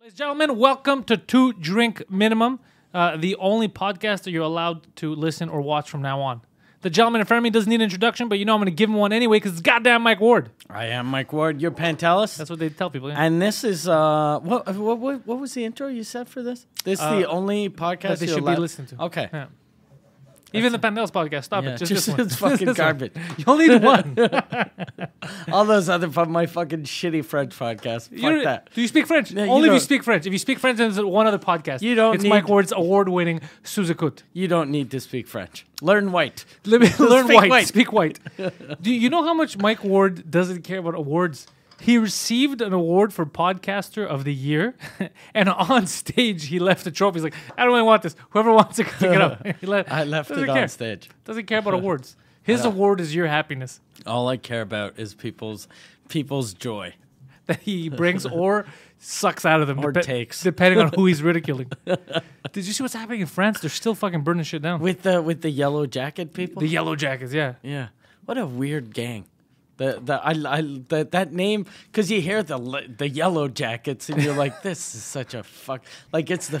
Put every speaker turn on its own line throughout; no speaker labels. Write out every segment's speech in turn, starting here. Ladies and gentlemen, welcome to Two Drink Minimum, uh, the only podcast that you're allowed to listen or watch from now on. The gentleman in front of me doesn't need an introduction, but you know I'm going to give him one anyway because it's goddamn Mike Ward.
I am Mike Ward. You're Pantelis.
That's what they tell people. Yeah?
and this is uh, what, what what what was the intro you said for this? This is the only podcast
Uh, that they
you're
should
allowed-
be listened to.
Okay,
Yeah. Even the Pandelis podcast. Stop
Yeah,
it. Just, this one.
it's fucking
This one.
garbage.
You only need one.
All those other fu- my fucking shitty French podcast. Fuck
You don't-
that.
Do you speak French?
No, you
only if you
don't.
speak French. If you speak French, then it's one other podcast.
You don't
It's Mike
need-
Ward's award-winning Suzukut.
You don't need to speak French. Learn white.
Let me learn
Speak
white,
white.
Speak white. Do you know how much Mike Ward doesn't care about awards? He received an award for podcaster of the year, and on stage he left the trophy. He's like, I don't really want this. Whoever wants it, can pick it up. He le-
I left
doesn't
it on
care.
stage. uh,
Doesn't care about awards. His award is your happiness
All I care about is people's people's joy.
that he brings or sucks out of them,
Or takes.
depending on who he's ridiculing. Did you see what's happening in France? They're still fucking burning shit down.
With the with the yellow jacket people.
the Yellow Jackets, yeah.
Yeah. What a weird gang. The the I, I the, that name because you hear the li- the yellow jackets and you're like this is such a fuck like it's the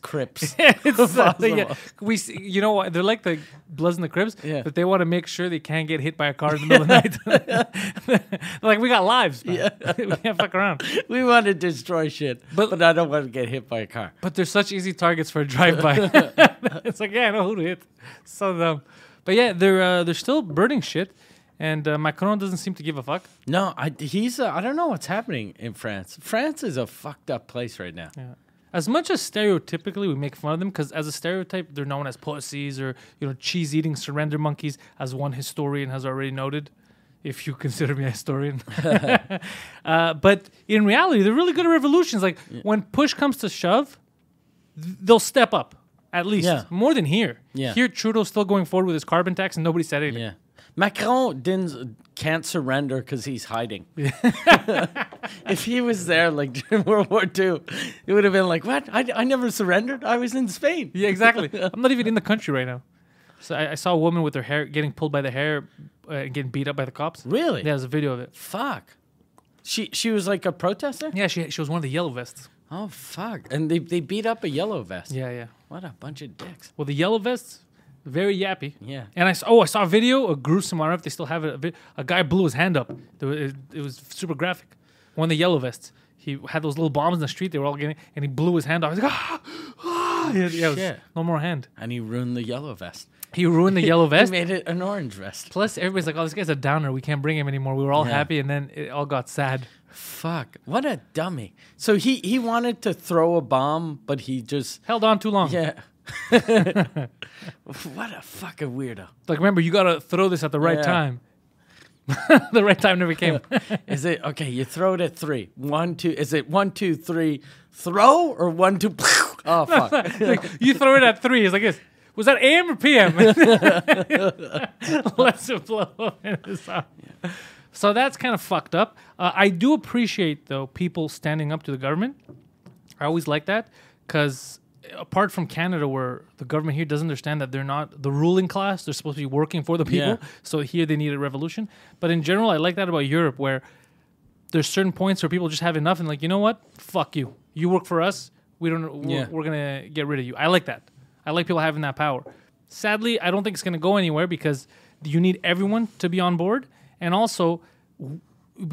Crips.
it's uh,
Possible.
yeah. we see, you know what they're like the Bloods and the Cribs,
Yeah.
but they want to make sure they can't get hit by a car in the middle of the night. They're like we got lives, man. we can't fuck around.
we want to destroy shit,
But-
but, I don't want to get hit by a car.
But they're such easy targets for a drive-by. it's like yeah, I know who to hit. So dumb. But yeah, they're uh, they're still burning shit, and uh, Macron doesn't seem to give a fuck.
No, I he's uh, I don't know what's happening in France. France is a fucked up place right now.
As much as stereotypically we make fun of them, because as a stereotype, they're known as pussies or you know cheese eating surrender monkeys, as one historian has already noted. If you consider me a historian, uh, but in reality, they're really good at revolutions. Like when push comes to shove, th- they'll step up at least
Yeah.
more than here.
Yeah.
Here, Trudeau's still going forward with his carbon tax, and nobody said anything.
Yeah. Macron didn't can't surrender because he's hiding. if he was there like during World War II, it would have been like, what? I, I never surrendered. I was in Spain.
Yeah, exactly. I'm not even in the country right now. So I, I saw a woman with her hair getting pulled by the hair uh, and getting beat up by the cops.
Really?
Yeah, there's a video of it.
Fuck. She she was like a protester.
Yeah, she she was one of the yellow vests.
Oh fuck! And they, they beat up a yellow vest.
Yeah, yeah.
What a bunch of dicks.
Well, the yellow vests, very yappy.
Yeah.
And I saw, oh, I saw a video, a gruesome. I don't know if they still have it. A, vi- a guy blew his hand up. There wa- It, it was super graphic. One of the yellow vests. He had those little bombs in the street. They were all getting, and he blew his hand off. He's like, ah, ah. Yeah, yeah, it was
shit.
no more hand.
And he ruined the yellow vest.
He ruined the yellow
He
vest.
made it an orange vest.
Plus, everybody's like, oh, this guy's a downer. We can't bring him anymore. We were all
Yeah.
happy, and then it all got sad.
Fuck! What a dummy. So he he wanted to throw a bomb, but he just
Held on too long.
yeah. what a fucking weirdo.
Like, remember, you got to throw this at the right
Yeah.
time. the right time never came.
Is it okay? You throw it at three. One, two. Is it one, two, three? Throw or one, two? Oh fuck!
like, you throw it at three. It's like this. Was that AM or PM? Let's blow this up. So that's kind of fucked up. Uh, I do appreciate though people standing up to the government. I always like that because apart from Canada, where the government here doesn't understand that they're not the ruling class, they're supposed to be working for the people.
Yeah.
So here they need a revolution. But in general, I like that about Europe, where there's certain points where people just have enough and like, you know what? Fuck you. You work for us. We don't. We're,
Yeah.
we're gonna get rid of you. I like that. I like people having that power. Sadly, I don't think it's gonna go anywhere because you need everyone to be on board, and also. w-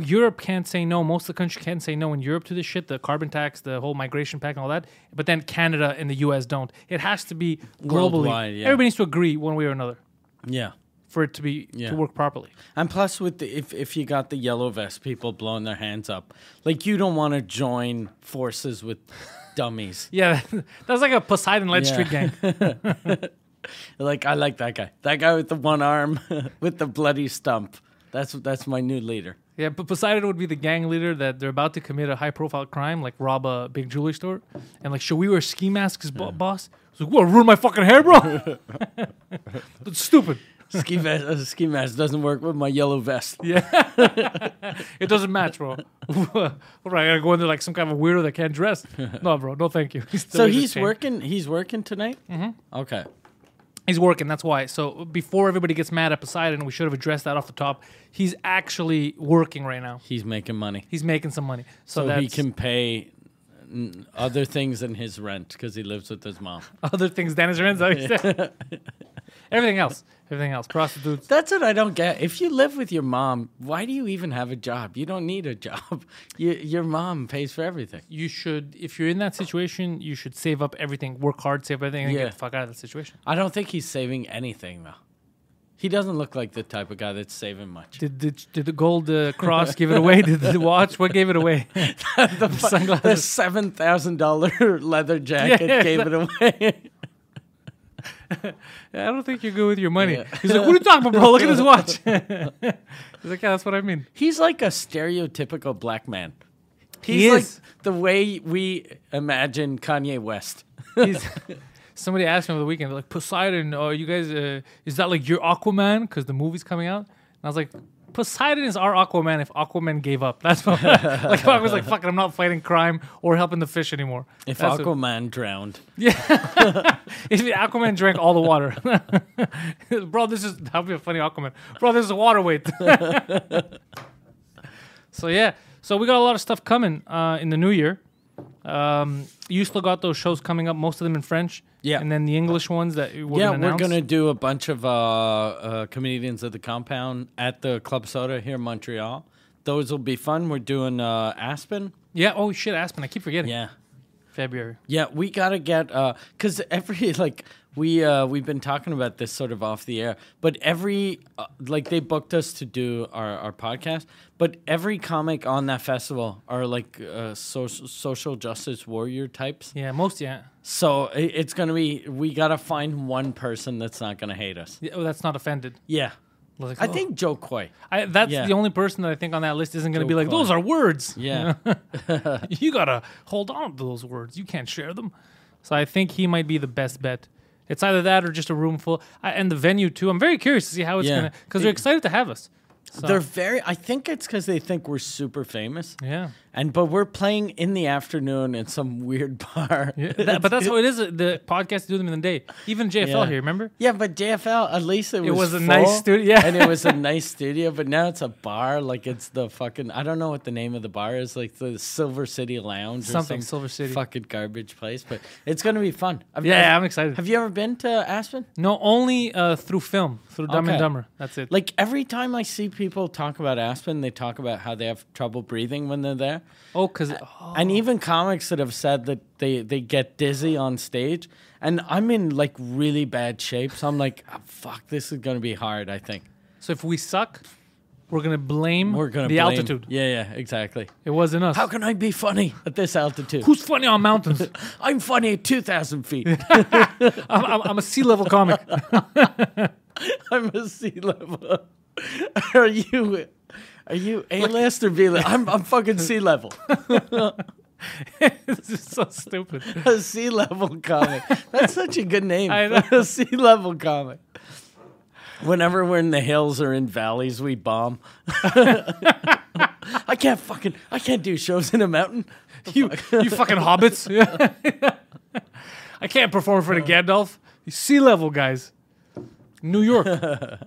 Europe can't say no. Most of the country can't say no in Europe to this shit, the carbon tax, the whole migration pact, and all that. But then Canada and the U.S. don't. It has to be
Worldwide,
globally.
yeah.
Everybody needs to agree one way or another
Yeah.
for it to be
Yeah.
to work properly.
And plus, with the, if if you got the yellow vest people blowing their hands up, like you don't want to join forces with dummies.
Yeah, that's like a Poseidon Led
Yeah.
Street gang.
Like I like that guy. That guy with the one arm with the bloody stump. That's that's my new leader.
Yeah, but Poseidon would be the gang leader that they're about to commit a high profile crime, like rob a big jewelry store. And like, should we wear ski masks, bo- boss? He's like, what, ruin my fucking hair, bro? That's stupid.
Ski vest, uh, ski mask doesn't work with my yellow vest.
It doesn't match, bro. what, am I gonna go in there like some kind of weirdo that can't dress? No, bro, no thank you. He's the
So
leader's
he's
gang.
working. He's working tonight. Mm-hmm. Okay.
He's working, that's why. So before everybody gets mad at Poseidon, we should have addressed that off the top. He's actually working right now.
He's making money,
He's making some money. So,
so
that's
he can pay mm, other things than his rent because he lives with his mom.
other things Dennis Renzo said. Everything else. Everything else. Prostitutes.
That's what I don't get. If you live with your mom, why do you even have a job? You don't need a job. You, your mom pays for everything.
you should if you're in that situation you should save up everything work hard save everything and
Yeah.
get the fuck out of that situation
I don't think he's saving anything though. He doesn't look like the type of guy that's saving much.
did, did, did the gold uh, cross give it away did the watch what gave it away the
The
sunglasses
seven thousand dollar leather jacket
Yeah,
gave it away.
i don't think you're good with your money he's like what are you talking about bro look at this watch he's like yeah that's what i mean
he's like a stereotypical black man. He's
He
like
is.
the way we imagine Kanye West.
he's, somebody asked me over the weekend they're like poseidon are you guys uh, is that like your aquaman because the movie's coming out and i was like Poseidon is our Aquaman if Aquaman gave up. That's what, like if I was like, fuck it, I'm not fighting crime or helping the fish anymore.
If
That's what-
Aquaman drowned,
If Aquaman drank all the water, bro, this is that'd be a funny Aquaman, bro. This is water weight. so yeah, so we got a lot of stuff coming uh, in the new year. Um, you still got those shows coming up, most of them in French.
Yeah.
and then the English ones that we're
yeah,
gonna
we're
announce.
gonna do a bunch of uh, uh, comedians at the compound at the Club Soda here in Montreal. Those will be fun. We're doing uh, Aspen.
Yeah. Oh shit, Aspen. I keep forgetting.
Yeah,
February.
yeah, we gotta get because every like we uh, we've been talking about this sort of off the air, but every uh, like they booked us to do our, our podcast, but every comic on that festival are like uh, so- social justice warrior types.
Yeah, most. Yeah.
So i- it's gonna be we gotta find one person that's not gonna hate us.
yeah oh, that's not offended.
Yeah.
Like,
I
oh.
think Joe Coy.
I, that's
yeah.
the only person that I think on that list isn't going to
Joe
be like,
Coy.
those are words.
Yeah.
you gotta hold on to those words. You can't share them. So I think he might be the best bet. It's either that or just a room full, I, and the venue too. I'm very curious to see how it's
Yeah.
gonna because they're
They-
excited to have us. So,
They're very. I think it's because they think we're super famous.
yeah.
And but we're playing in the afternoon in some weird bar. Yeah,
That- but that's how it is. uh, The podcast do them in the day. Even JFL
Yeah.
here, remember?
but JFL at least it was,
was a nice
full,
studio- yeah.
and it was a nice studio. But now it's a bar, like it's the fucking I don't know what the name of the bar is, like the Silver City Lounge,
Something,
or some
Silver City.
fucking garbage place. But it's gonna be fun. I've-
Yeah,
I've-
I'm excited.
Have you ever been to Aspen?
No, only uh, through film, through Dumb
Okay.
and Dumber. That's it.
Like every time I see people talk about Aspen, they talk about how they have trouble breathing when they're there.
oh, because
And even comics that have said that they, they get dizzy on stage. And I'm in like really bad shape. So I'm like, "Ah, fuck, this is going to be hard, I think.
so if we suck, we're gonna blame
We're going to
the altitude.
Yeah, yeah, exactly.
It wasn't us.
How can I be funny at this altitude?
Who's funny on mountains?
I'm funny at 2,000 feet.
I'm, I'm, I'm a sea level comic.
I'm a sea level. are you. Are you A list or B list? I'm, I'm fucking sea level.
this is so stupid.
A sea level comic. That's such a good name.
I know.
for a sea level comic. Whenever we're in the hills or in valleys, we bomb. I can't fucking. I can't do shows in a mountain.
you, you fucking hobbits. I can't perform for the Gandalf. You sea level guys. New York. yeah,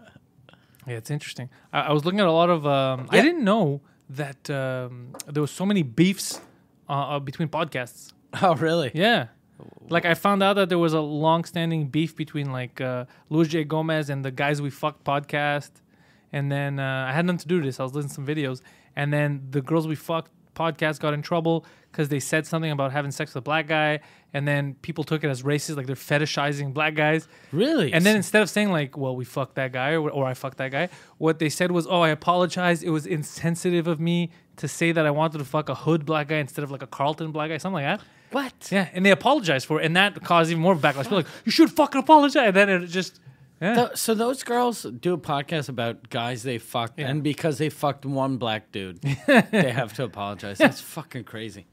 it's interesting. I, I was looking at a lot of. Um, I didn't know that um, there was so many beefs uh, uh, between podcasts.
Oh, really?
Yeah. Like I found out that there was a long-standing beef between like uh, Luis J Gomez and the guys we fucked podcast, and then uh, I had nothing to do with this. I was listening to some videos, and then the girls we fucked podcast got in trouble because they said something about having sex with a black guy, and then people took it as racist, like they're fetishizing black guys.
Really?
And then instead of saying like, "Well, we fucked that guy" or, or "I fucked that guy," what they said was, "Oh, I apologize. It was insensitive of me to say that I wanted to fuck a hood black guy instead of like a Carlton black guy, something like that."
What?
Yeah, and they apologized for it, and that caused even more backlash. People were like, you should fucking apologize. And then it just, yeah.
Th- Uh, so those girls do a podcast about guys they fucked, and because they fucked one black dude, they have to apologize. That's fucking crazy.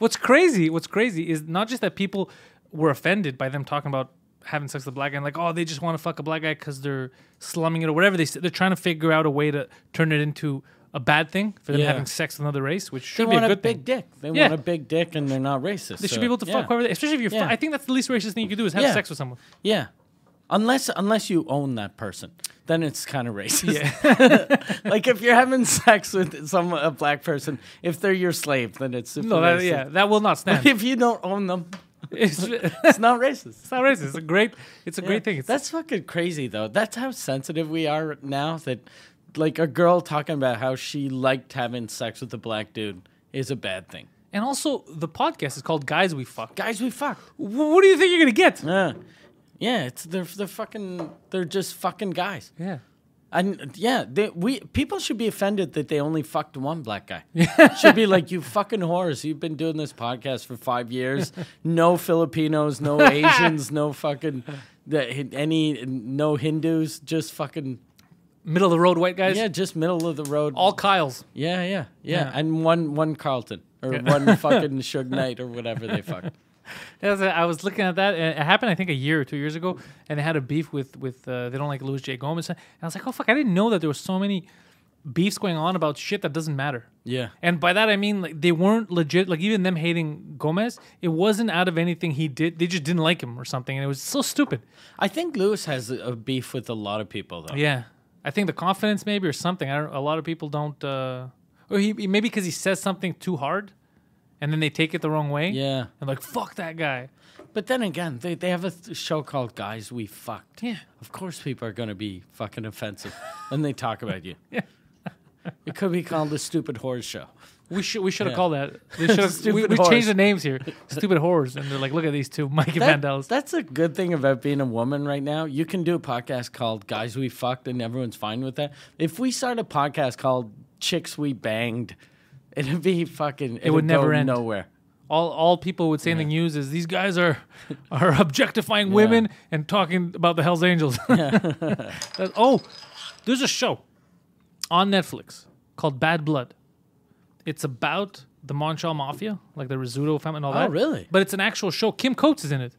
What's crazy? What's crazy is not just that people were offended by them talking about having sex with a black guy, and like, oh, they just want to fuck a black guy because they're slumming it or whatever. They s- they're trying to figure out a way to turn it into a bad thing for them
Yeah.
having sex with another race, which
They
should be
want
a
a,
good
big
thing.
dick. They
Yeah.
want a big dick, and they're not racist.
They should
so-
be able to
yeah.
fuck whoever, they, especially if you're. fu-
Yeah.
I think that's the least racist thing you can do is have
Yeah.
sex with someone.
Yeah. Unless unless you own that person, then it's kind of racist. like if you're having sex with some a black person, if they're your slave, then it's super
No, that,
racist.
yeah, that will not stand.
If you don't own them,
it's, it's
it's not racist.
not racist. It's a great. It's a great thing. It's,
That's fucking crazy though. That's how sensitive we are now that like a girl talking about how she liked having sex with a black dude is a bad thing.
and also the podcast is called Guys We Fuck.
Guys, we fucked.
What do you think you're gonna get?
Yeah. Yeah, it's they're they're fucking they're just fucking guys.
Yeah.
And yeah, they, we people should be offended that they only fucked one black guy. should be like, you fucking whores! You've been doing this podcast for five years. No Filipinos, no Asians, no fucking the, any, no Hindus. Just fucking
Middle of the road white guys.
yeah, just middle of the road.
All Kyles.
yeah, yeah, yeah,
Yeah.
and one one Carlton or one fucking Suge Knight or whatever they fucked.
That was- I was looking at that. and It happened, I think, a year or two years ago, and they had a beef with with uh, they don't like Louis J Gomez, and I was like, oh fuck, I didn't know that there was so many beefs going on about shit that doesn't matter.
Yeah.
And by that I mean like they weren't legit. Like even them hating Gomez, it wasn't out of anything he did. They just didn't like him or something, and it was so stupid.
I think Lewis has a, a beef with a lot of people though.
Yeah, I think the confidence maybe or something. I don't. A lot of people don't. Uh, or he he- maybe because he says something too hard, and then they take it the wrong way.
Yeah.
And like fuck that guy.
But then again, they, they have a th- show called Guys We Fucked.
Yeah.
Of course, people are going to be fucking offensive when they talk about you.
Yeah.
It could be called the Stupid Whores Show.
We should we should have called that. They should have, we
Stupid
we
horse.
changed the names here. Stupid horrors, and they're like, look at these two, Mike and
That-
Vandals.
that's a good thing about being a woman right now. You can do a podcast called Guys We Fucked, and everyone's fine with that. If we start a podcast called Chicks We Banged, it'd be fucking. It
would never
go
end.
Nowhere.
All all people would say in the news is these guys are are objectifying women and talking about the Hell's Angels. That- oh, there's a show on Netflix called Bad Blood. It's about the Montreal Mafia, like the Rizzuto family and all that.
Oh, really?
But it's an actual show. Kim Coates is in it.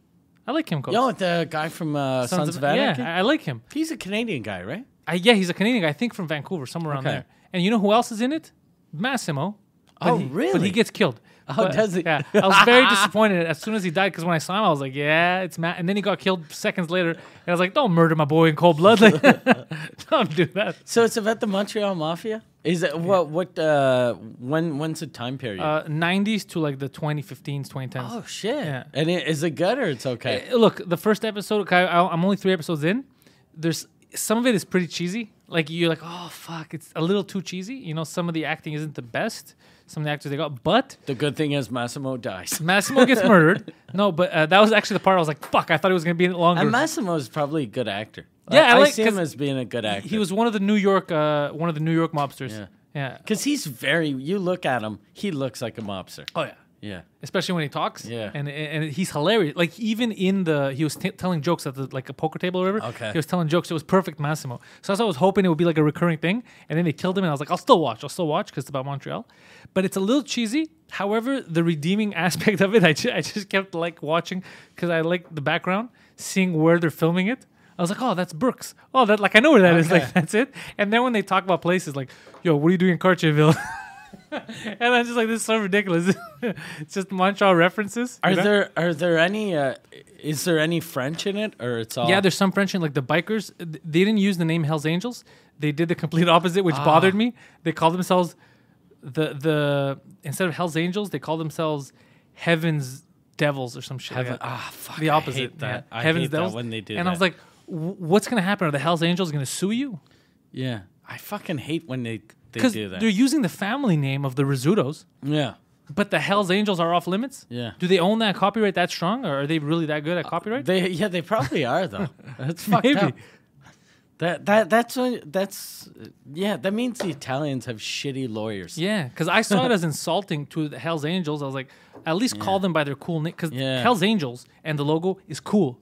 I like Kim Coates.
You know what the guy from uh, Sons, of, Anarchy?
Yeah, I- I like him.
He's a Canadian guy, right?
I, yeah, he's a Canadian guy, I think from Vancouver, somewhere around
Okay.
there. And you know who else is in it? Massimo. But
Oh,
he- But he
really?
gets killed. Oh,
does he?
Yeah. I was very disappointed as soon as he died because when I saw him, I was like, yeah, it's Matt. And then he got killed seconds later. And I was like, don't murder my boy in cold blood. Like, don't do that.
So it's about the Montreal Mafia. Is it what? What? Uh, when? When's the time period?
Uh, 90s to like the 2015s, 2010s.
oh shit!
yeah.
And it, is it good or it's okay?
Uh, look the first episode okay, I, i'm only three episodes in there's some of it is pretty cheesy like you're like oh fuck it's a little too cheesy you know some of the acting isn't the best some of the actors they got but
the good thing is Massimo dies.
massimo gets murdered no but uh, that was actually the part i was like fuck i thought it was going to be longer
And Massimo is probably a good actor.
Yeah, I
I,
like-
see him
'cause
as being a good actor.
he was one of the new york uh, one of the new york mobsters
Yeah.
yeah,
because he's very. You look at him, he looks like a mobster.
oh yeah
Yeah.
Especially when he talks,
Yeah.
and and he's hilarious. Like even in the, he was t- telling jokes at the like a poker table or whatever.
Okay.
he was telling jokes. It was perfect, Massimo. So that's what I was hoping it would be like a recurring thing. And then they killed him, and I was like, I'll still watch. I'll still watch because it's about Montreal, but it's a little cheesy. However, the redeeming aspect of it, I, ju- I just kept like watching because I like the background, seeing where they're filming it. I was like, oh, that's Brooks. Oh, that like I know where that is. Like that's it. And then when they talk about places, like, yo, what are you doing in Cartierville? And I'm just like, this is so ridiculous. it's just Montreal references.
Are
you know?
there are there any? Uh, is there any French in it or it's all?
Yeah, there's some French in like the bikers. th- They didn't use the name Hell's Angels. They did the complete opposite,
Ah.
which bothered me. They called themselves the the instead of Hell's Angels, they called themselves Heaven's Devils or some shit. like
Heaven-
that.
ah, fuck,
The
I
opposite.
hate that.
yeah.
I
Heaven's
hate that
Devils.
when they do
And I was
that.
like, "W- what's gonna happen? Are the Hell's Angels gonna sue you?
Yeah. I fucking hate when they they
Because
do that.
they're using the family name of the Rizzutos,
yeah.
but the Hell's Angels are off limits.
Yeah. Uh,
Do they own that copyright that strong, or are they really that good at copyright?
They yeah they probably are though. That's fucked
Maybe.
up. That that that's a, that's yeah. That means the Italians have shitty lawyers.
Yeah, because I saw it as insulting to the Hell's Angels. I was like, at least call them by their cool name. Because
Yeah.
Hell's Angels and the logo is cool,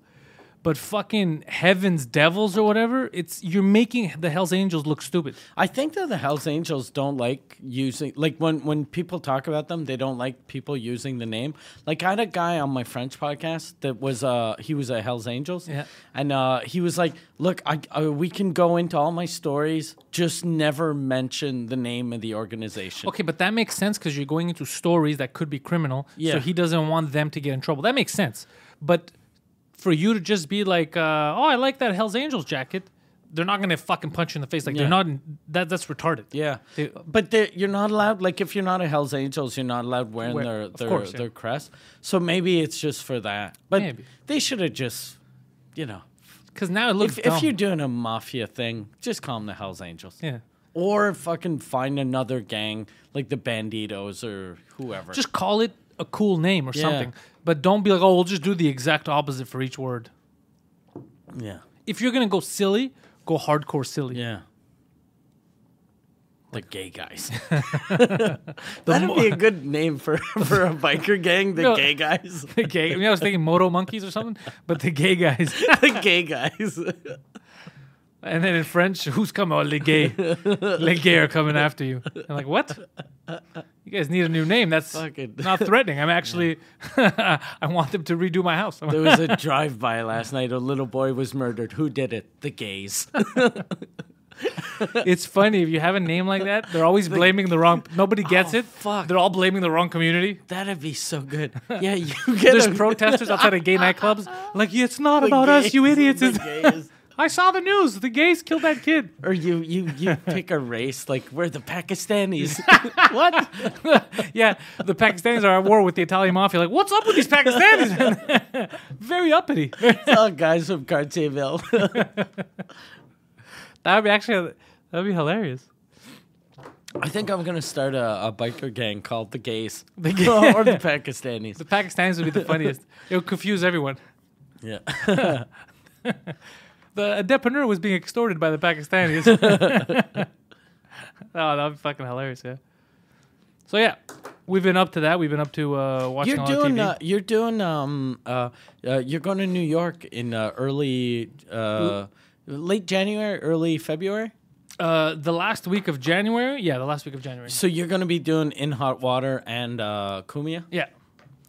but fucking Heaven's Devils or whatever, it's you're making the Hell's Angels look stupid.
I think that the Hells Angels don't like using like when when people talk about them, they don't like people using the name. Like I had a guy on my French podcast that was uh he was a Hells Angels,
Yeah.
and uh he was like, look, I, I we can go into all my stories, just never mention the name of the organization.
Okay, but that makes sense because you're going into stories that could be criminal. So
Yeah.
he doesn't want them to get in trouble. That makes sense. But for you to just be like, uh, "Oh, I like that Hell's Angels jacket," they're not gonna fucking punch you in the face. Like they're
Yeah.
not. That that's retarded.
Yeah,
They-
but they- you're not allowed. Like, if you're not a Hell's Angels, you're not allowed wearing
Wear-
their
of
their,
course, yeah.
their crest. So maybe it's just for that. But
Maybe.
they should have just, you know,
Because now it looks.
if,
dumb.
if you're doing a mafia thing, just call them the Hell's Angels.
Yeah.
Or fucking find another gang like the Banditos or whoever.
just call it a cool name or
Yeah.
something. But don't be like, "Oh, we'll just do the exact opposite for each word."
yeah,
If you're gonna go silly, go hardcore silly.
yeah. The gay guys. That'd be a good name for, for a biker gang. The
No.
gay guys.
The gay. I, mean, I was thinking Moto Monkeys or something, but the gay guys.
the gay guys.
And then in French, who's coming? Oh, les gays. les gays are coming after you. I'm like, what? You guys need a new name. That's
Fucking-
not threatening. I'm actually, I want them to redo my house.
There was a drive by last night. A little boy was murdered. Who did it? The gays.
it's funny. If you have a name like that, they're always blaming the wrong, nobody gets
Oh,
it.
fuck.
They're all blaming the wrong community.
That'd be so good. Yeah, you get
There's
a-
protesters outside of gay nightclubs. Like, it's not
the
about us, you
gays,
idiots.
the
It's-
gays.
I saw the news. The gays killed that kid.
Or you, you, you pick a race like we're the Pakistanis.
What? yeah, the Pakistanis are at war with the Italian mafia. Like, what's up with these Pakistanis? Very uppity.
it's all guys from Cartierville.
That would be actually that would be hilarious.
I think I'm gonna start a, a biker gang called the gays, the or the Pakistanis.
The Pakistanis would be the funniest. it would confuse everyone.
Yeah,
The entrepreneur was being extorted by the Pakistanis. oh, that would be fucking hilarious. Yeah. So yeah, we've been up to that. We've been up to uh, watching
you're
a lot of
doing,
TV.
uh, you're doing, um, uh, uh, you're going to New York in uh, early, uh, late January, early February.
Uh, the last week of January. Yeah, the last week of January.
So you're gonna be doing in hot water and uh, Kumia.
Yeah,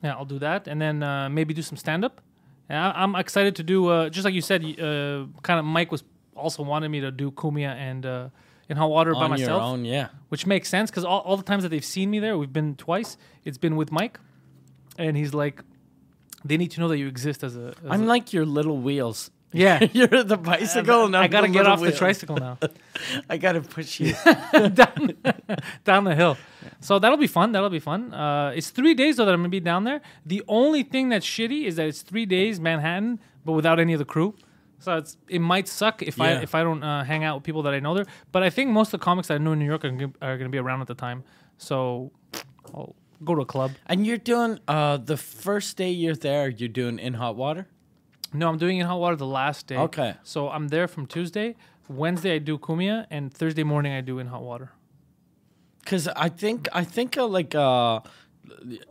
yeah, I'll do that, and then uh, maybe do some stand up. I'm excited to do uh, just like you said. y- Uh, kind of Mike was also wanted me to do Kumia and uh, in hot water by
on
myself.
your own, yeah.
which makes sense because all, all the times that they've seen me there, we've been twice. It's been with Mike, and he's like, "They need to know that you exist as a." As
I'm
a-
like your little wheels.
yeah.
You're the bicycle, and I'm
I gotta
the
get
little
off the
wheel.
tricycle now,
I gotta push you.
down, down the hill. So that'll be fun. That'll be fun. Uh, it's three days though that I'm gonna be down there. The only thing that's shitty is that it's three days Manhattan, but without any of the crew. So it's, it might suck if I
Yeah.
if I don't uh, hang out with people that I know there. But I think most of the comics that I know in New York are gonna, are gonna be around at the time. So I'll go to a club.
and you're doing uh, the first day you're there. You're doing in hot water.
No, I'm doing in hot water the last day.
Okay.
So I'm there from Tuesday. Wednesday I do kumia, and Thursday morning I do in hot water.
Cause I think I think uh, like uh,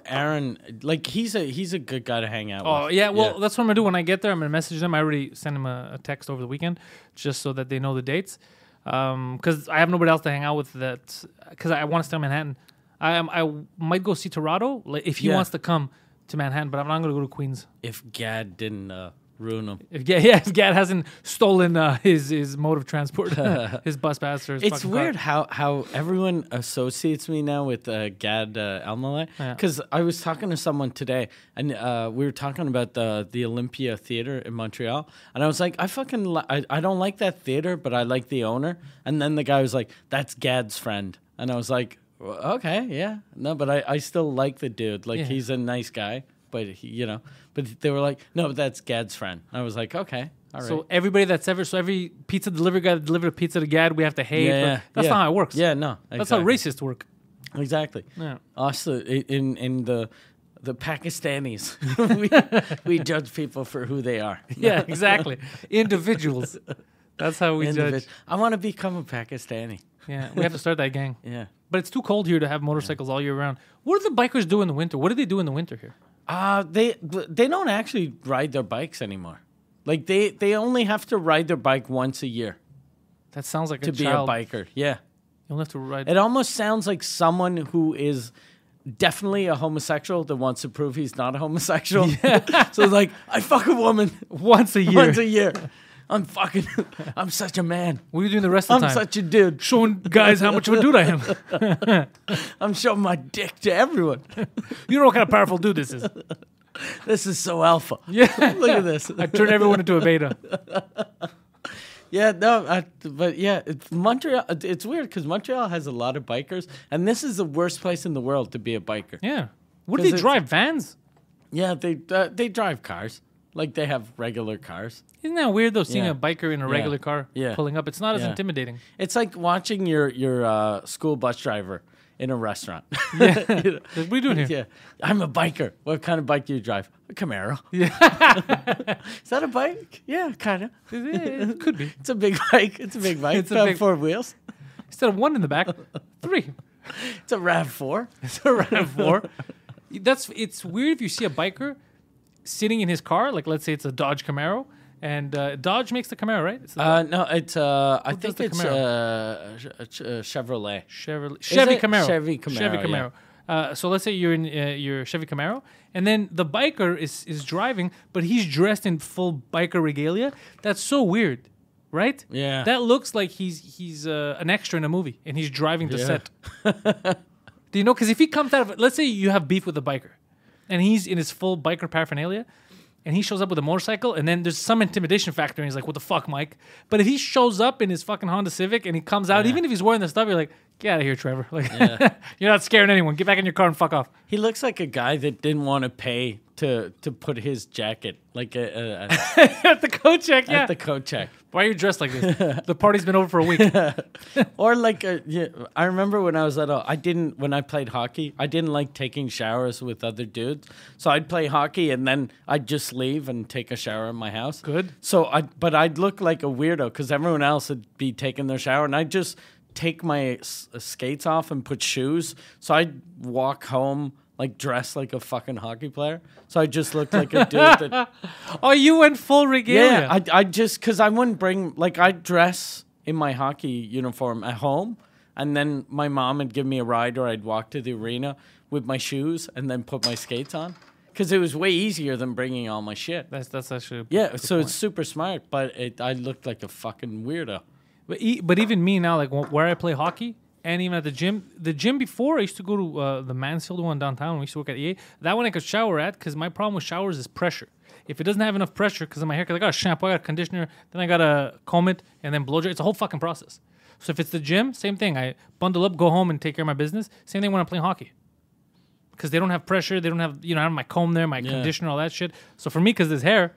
Aaron, like he's a he's a good guy to hang out
Oh
with.
yeah, well that's what I'm gonna do when I get there. I'm gonna message them. I already sent them a, a text over the weekend just so that they know the dates. Um 'cause because I have nobody else to hang out with. That because I want to stay in Manhattan. I am. I might go see Torado like, if he
Yeah.
wants to come to Manhattan, but I'm not gonna go to Queens.
If Gad didn't uh, ruin him,
If Gad, yeah, if Gad hasn't stolen uh, his his mode of transport, uh, his bus pass or his
It's
fucking car.
weird how, how everyone associates me now with uh, Gad uh, Elmaleh.
Yeah.
Because I was talking to someone today, and uh, we were talking about the the Olympia Theater in Montreal, and I was like, I fucking li- I, I don't like that theater, but I like the owner. And then the guy was like, That's Gad's friend, and I was like, "Well, Okay, yeah, no, but I, I still like the dude. Like
Yeah.
he's a nice guy, but he, you know, but they were like, No, but that's Gad's friend. I was like, Okay, all right.
So everybody that's ever so every pizza delivery guy that delivered a pizza to Gad, we have to hate.
yeah,
but
yeah,
that's
yeah.
not how it works.
Yeah, no,
that's
exactly.
how racists work.
Exactly.
Yeah.
Also, i- in in the the Pakistanis, we we judge people for who they are.
Yeah, exactly. Individuals. That's how we judge.
Individ- I want to become a Pakistani.
Yeah, we have to start that gang.
Yeah.
But it's too cold here to have motorcycles all year round. What do the bikers do in the winter? What do they do in the winter here?
Uh, they they don't actually ride their bikes anymore. Like they they only have to ride their bike once a year
That sounds like
to
a
be
child.
a biker. Yeah.
You'll have to ride.
It almost sounds like someone who is definitely a homosexual that wants to prove he's not a homosexual. so it's like, I fuck a woman
once a year.
once a year. I'm fucking I'm such a man.
what are you doing the rest of
I'm
the time?
such a dude.
Showing guys how much of a dude I am.
I'm showing my dick to everyone.
You know what kind of powerful dude this is.
This is so alpha.
Yeah.
Look at this.
I turn everyone into a beta.
Yeah, no, I, but yeah, it's Montreal. it- It's weird because Montreal has a lot of bikers, and this is the worst place in the world to be a biker. Yeah,
Yeah. What do they
it's-
drive? Vans?
they uh, they drive cars, like they have regular cars.
Isn't that weird though? Seeing
Yeah.
a biker in a regular car
Yeah.
pulling up, it's not as
Yeah.
intimidating.
It's like watching your your uh, school bus driver in a restaurant.
What are you doing here?
yeah, I'm a biker. What kind of bike do you drive? A Camaro. Yeah, is that a bike? Yeah, kind of.
It it could be.
It's a big bike. It's a big bike.
It's
It's
a
a
big-
four wheels.
Instead of one in the back, three.
It's a Rav Four.
It's a round of four. That's it's weird if you see a biker sitting in his car, like let's say it's a Dodge Camaro, and uh, Dodge makes the Camaro, right? It's the
Uh, no, it's uh, I
does
think
the
it's uh, Ch- uh, Ch- uh, Chevrolet.
Chevrolet Chevy
it?
Camaro.
Chevy Camaro,
Chevy
yeah.
Camaro. Uh, so let's say you're in uh, your Chevy Camaro, and then the biker is is driving, but he's dressed in full biker regalia. That's so weird, right?
Yeah.
That looks like he's he's uh, an extra in a movie, and he's driving the
Yeah.
set. Do you know? Because if he comes out of, let's say you have beef with a biker, and he's in his full biker paraphernalia, and he shows up with a motorcycle, and then there's some intimidation factor, and he's like, "What the fuck, Mike?" But if he shows up in his fucking Honda Civic and he comes out, even if he's wearing the stuff, you're like, "Get out of here, Trevor! Like, you're not scaring anyone. Get back in your car and fuck off."
He looks like a guy that didn't want to pay to to put his jacket like a, a, a,
At the coat check, yeah.
at the coat check
Why are you dressed like this? the party's been over for a week. yeah,
or like a, yeah, I remember when I was little, I didn't when I played hockey, I didn't like taking showers with other dudes, so I'd play hockey and then I'd just leave and take a shower in my house.
Good.
So I but I'd look like a weirdo because everyone else would be taking their shower and I'd just take my s- uh, skates off and put shoes. So I'd walk home. Like dressed like a fucking hockey player, so I just looked like a dude that
Oh, you went full regalia.
yeah, I, I just because I wouldn't bring like I would dress in my hockey uniform at home, and then my mom would give me a ride, or I'd walk to the arena with my shoes and then put my skates on, because it was way easier than bringing all my shit.
that's that's actually
Yeah, so it's super smart, but it, I looked like a fucking weirdo.
But, e- but even me now, like wh- where I play hockey, and even at the gym, the gym before I used to go to uh, the Mansfield one downtown. We used to work at EA. That one I could shower at because my problem with showers is pressure. If it doesn't have enough pressure, because of my hair, because I got a shampoo, I got a conditioner, then I got to comb it and then blow dry. It's a whole fucking process. So if it's the gym, same thing. I bundle up, go home, and take care of my business. Same thing when I'm playing hockey. Because they don't have pressure, they don't have you know I don't have my comb there, my conditioner, all that shit. So for me, because there's hair,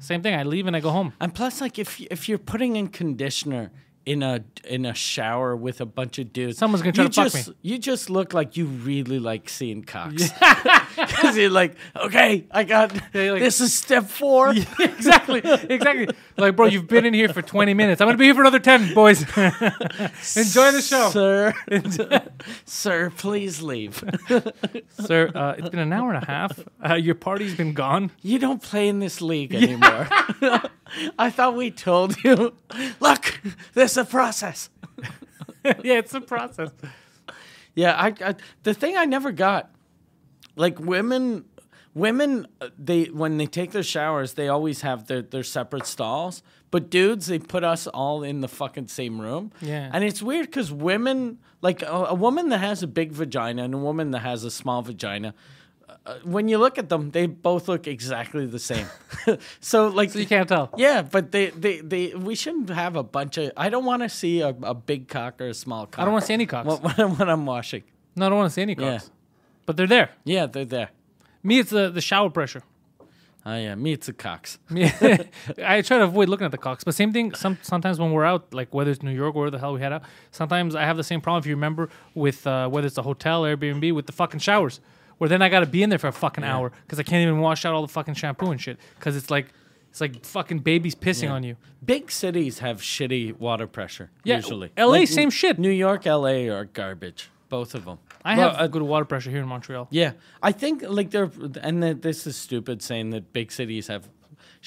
same thing. I leave and I go home.
And plus, like if y- if you're putting in conditioner in a in a shower with a bunch of dudes,
Someone's gonna try
you
to fuck
just,
me.
You just look like you really like seeing cocks. Because you're like, okay, I got
you're like-
this is step four.
exactly, exactly. Like, bro, you've been in here for 20 minutes. I'm gonna be here for another 10, boys. Enjoy the show, sir.
Sir, sir, please leave.
uh, it's been an hour and a half. Uh, your party's been gone.
You don't play in this league anymore. I thought we told you. Look, there's a process.
yeah, it's a process.
Yeah, I, I the thing I never got, like women, women uh, they when they take their showers they always have their their separate stalls, but dudes they put us all in the fucking same room.
Yeah.
and it's weird because women like a, a woman that has a big vagina and a woman that has a small vagina. Uh, when you look at them, they both look exactly the same. so like
So you can't tell.
yeah, but they, they, they we shouldn't have a bunch of. I don't want to see a, a big cock or a small cock.
I don't want to see any cocks.
When, when, I'm- when I'm washing.
no, I don't want to see any
Yeah.
cocks. But they're there.
Yeah, they're there.
Me, it's the, the shower pressure.
Oh, yeah. Me, it's a cocks.
Me- I try to avoid looking at the cocks, but same thing. Some sometimes when we're out, like whether it's New York or where the hell we head out, sometimes I have the same problem. If you remember, with uh, whether it's a hotel, Airbnb, with the fucking showers, where then I gotta be in there for a fucking hour because I can't even wash out all the fucking shampoo and shit because it's like It's like fucking babies pissing on you.
Big cities have shitty water pressure
Yeah,
usually.
LA, same shit.
New York, LA are garbage. Both of them.
I
Well, uh,
have good water pressure here in Montreal.
Yeah, I think like they're and that this is stupid saying that big cities have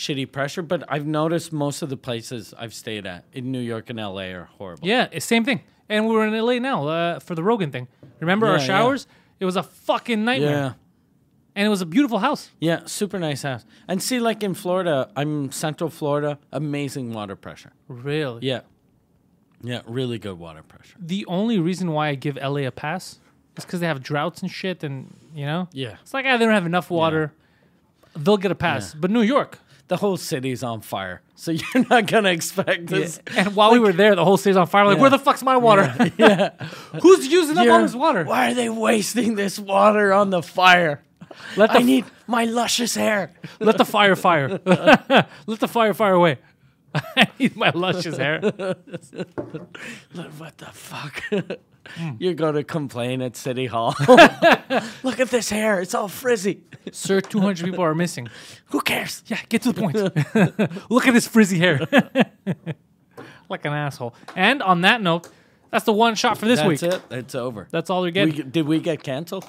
shitty pressure, but I've noticed most of the places I've stayed at in New York and LA are horrible.
Yeah, it's same thing. And we were in LA now uh, for the Rogan thing. Remember our
Yeah, yeah.
showers? It was a fucking nightmare.
yeah,
And it was a beautiful house.
yeah, super nice house. And see, like in Florida, I'm Central Florida, amazing water pressure.
Really?
Yeah, yeah, really good water pressure.
The only reason why I give LA a pass is because they have droughts and shit, and you know.
Yeah.
It's like ah, they don't have enough water. They'll get a pass, but New York.
The whole city's on fire, so you're not gonna expect this.
And while we were there, the whole city's on fire. Like,
Yeah.
where the fuck's my water? Yeah. Who's using up all
You're-
this water?
Why are they wasting this water on the fire?
Let the
I need my luscious hair.
Let the fire fire. Let the fire fire away. I need my luscious hair.
Like, what the fuck? You're gonna complain at City Hall. Look at this hair; it's all frizzy.
Sir, 200 people are missing.
Who cares?
Yeah, get to the point. Look at his frizzy hair. like an asshole. And on that note, that's the one shot for this
That's
week.
it. It's over.
That's all they're
we,
getting.
g- did we get canceled?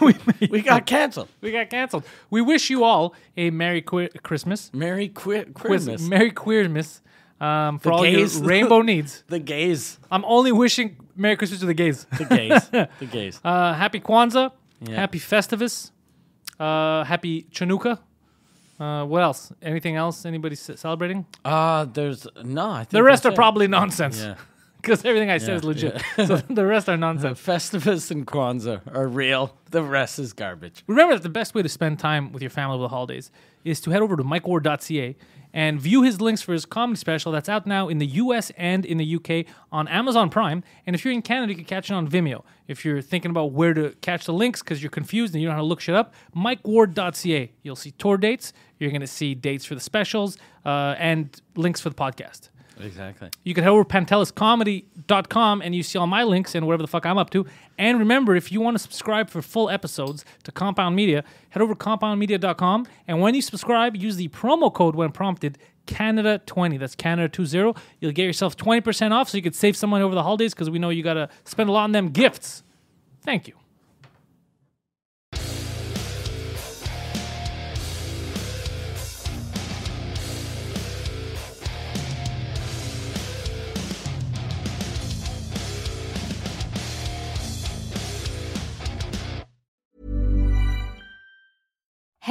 we,
We got canceled.
we got canceled. We wish you all a Merry que- Christmas.
Merry Qui-
Quiz-
Christmas.
Merry Queermas um, for
The
all
gays.
your rainbow needs.
the gays.
I'm only wishing Merry Christmas to the gays.
The gays. the gays.
Uh, happy Kwanzaa. Happy Festivus. Uh, happy Chanukah. Uh, what else? Anything else? Anybody ce- celebrating?
Uh, there's no. I think
The rest are
that's it.
probably nonsense.
Yeah.
Because everything I said
Yeah,
is legit. so the rest are nonsense.
Festivus and Kwanzaa are real. The rest is garbage.
Remember that the best way to spend time with your family over the holidays is to head over to mikeward.ca and view his links for his comedy special that's out now in the US and in the UK on Amazon Prime. And if you're in Canada, you can catch it on Vimeo. If you're thinking about where to catch the links because you're confused and you don't know how to look shit up, mikeward.ca. You'll see tour dates, you're going to see dates for the specials, uh, and links for the podcast.
Exactly.
You can head over to panteliscomedy.com and you see all my links and whatever the fuck I'm up to. And remember, if you want to subscribe for full episodes to Compound Media, head over to compoundmedia.com. And when you subscribe, use the promo code when prompted, Canada20. That's Canada20. You'll get yourself 20% off so you could save some money over the holidays because we know you got to spend a lot on them gifts. Thank you.